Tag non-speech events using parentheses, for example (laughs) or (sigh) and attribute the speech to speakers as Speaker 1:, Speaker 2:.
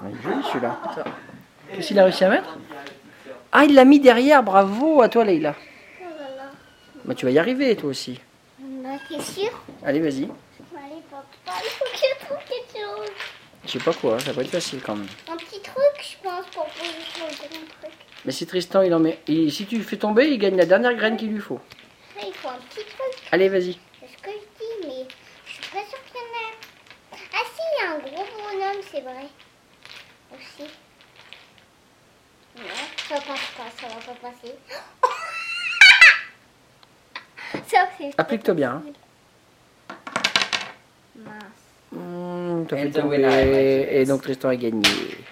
Speaker 1: Ah, Joli celui-là. Qu'est-ce qu'il a réussi à mettre Ah, il l'a mis derrière, bravo à toi Leïla. Bah, tu vas y arriver toi aussi.
Speaker 2: Oh Bah, t'es sûr Bah,
Speaker 1: Allez, vas-y.
Speaker 2: Allez, papa, il faut que je trouve quelque chose.
Speaker 1: Je sais pas quoi, ça va être facile quand même.
Speaker 2: Un petit truc, je pense, pour poser sur le grand truc.
Speaker 1: Mais si Tristan, il en met. et si tu le fais tomber, il gagne la dernière graine qu'il lui faut.
Speaker 2: Là, il faut un petit truc.
Speaker 1: Allez, vas-y.
Speaker 2: C'est ce que je dis, mais je suis pas sûre qu'il y en a. Ah si, il y a un gros bonhomme, c'est vrai. Aussi. Non, ça passe pas, ça va pas passer. (laughs) ça, c'est...
Speaker 1: Applique-toi bien. hein.
Speaker 2: Mince.
Speaker 1: Mmh, t'as
Speaker 3: And
Speaker 1: fait
Speaker 3: the winner
Speaker 1: Mmh, tomber.
Speaker 3: is-
Speaker 1: Et donc Tristan a gagné.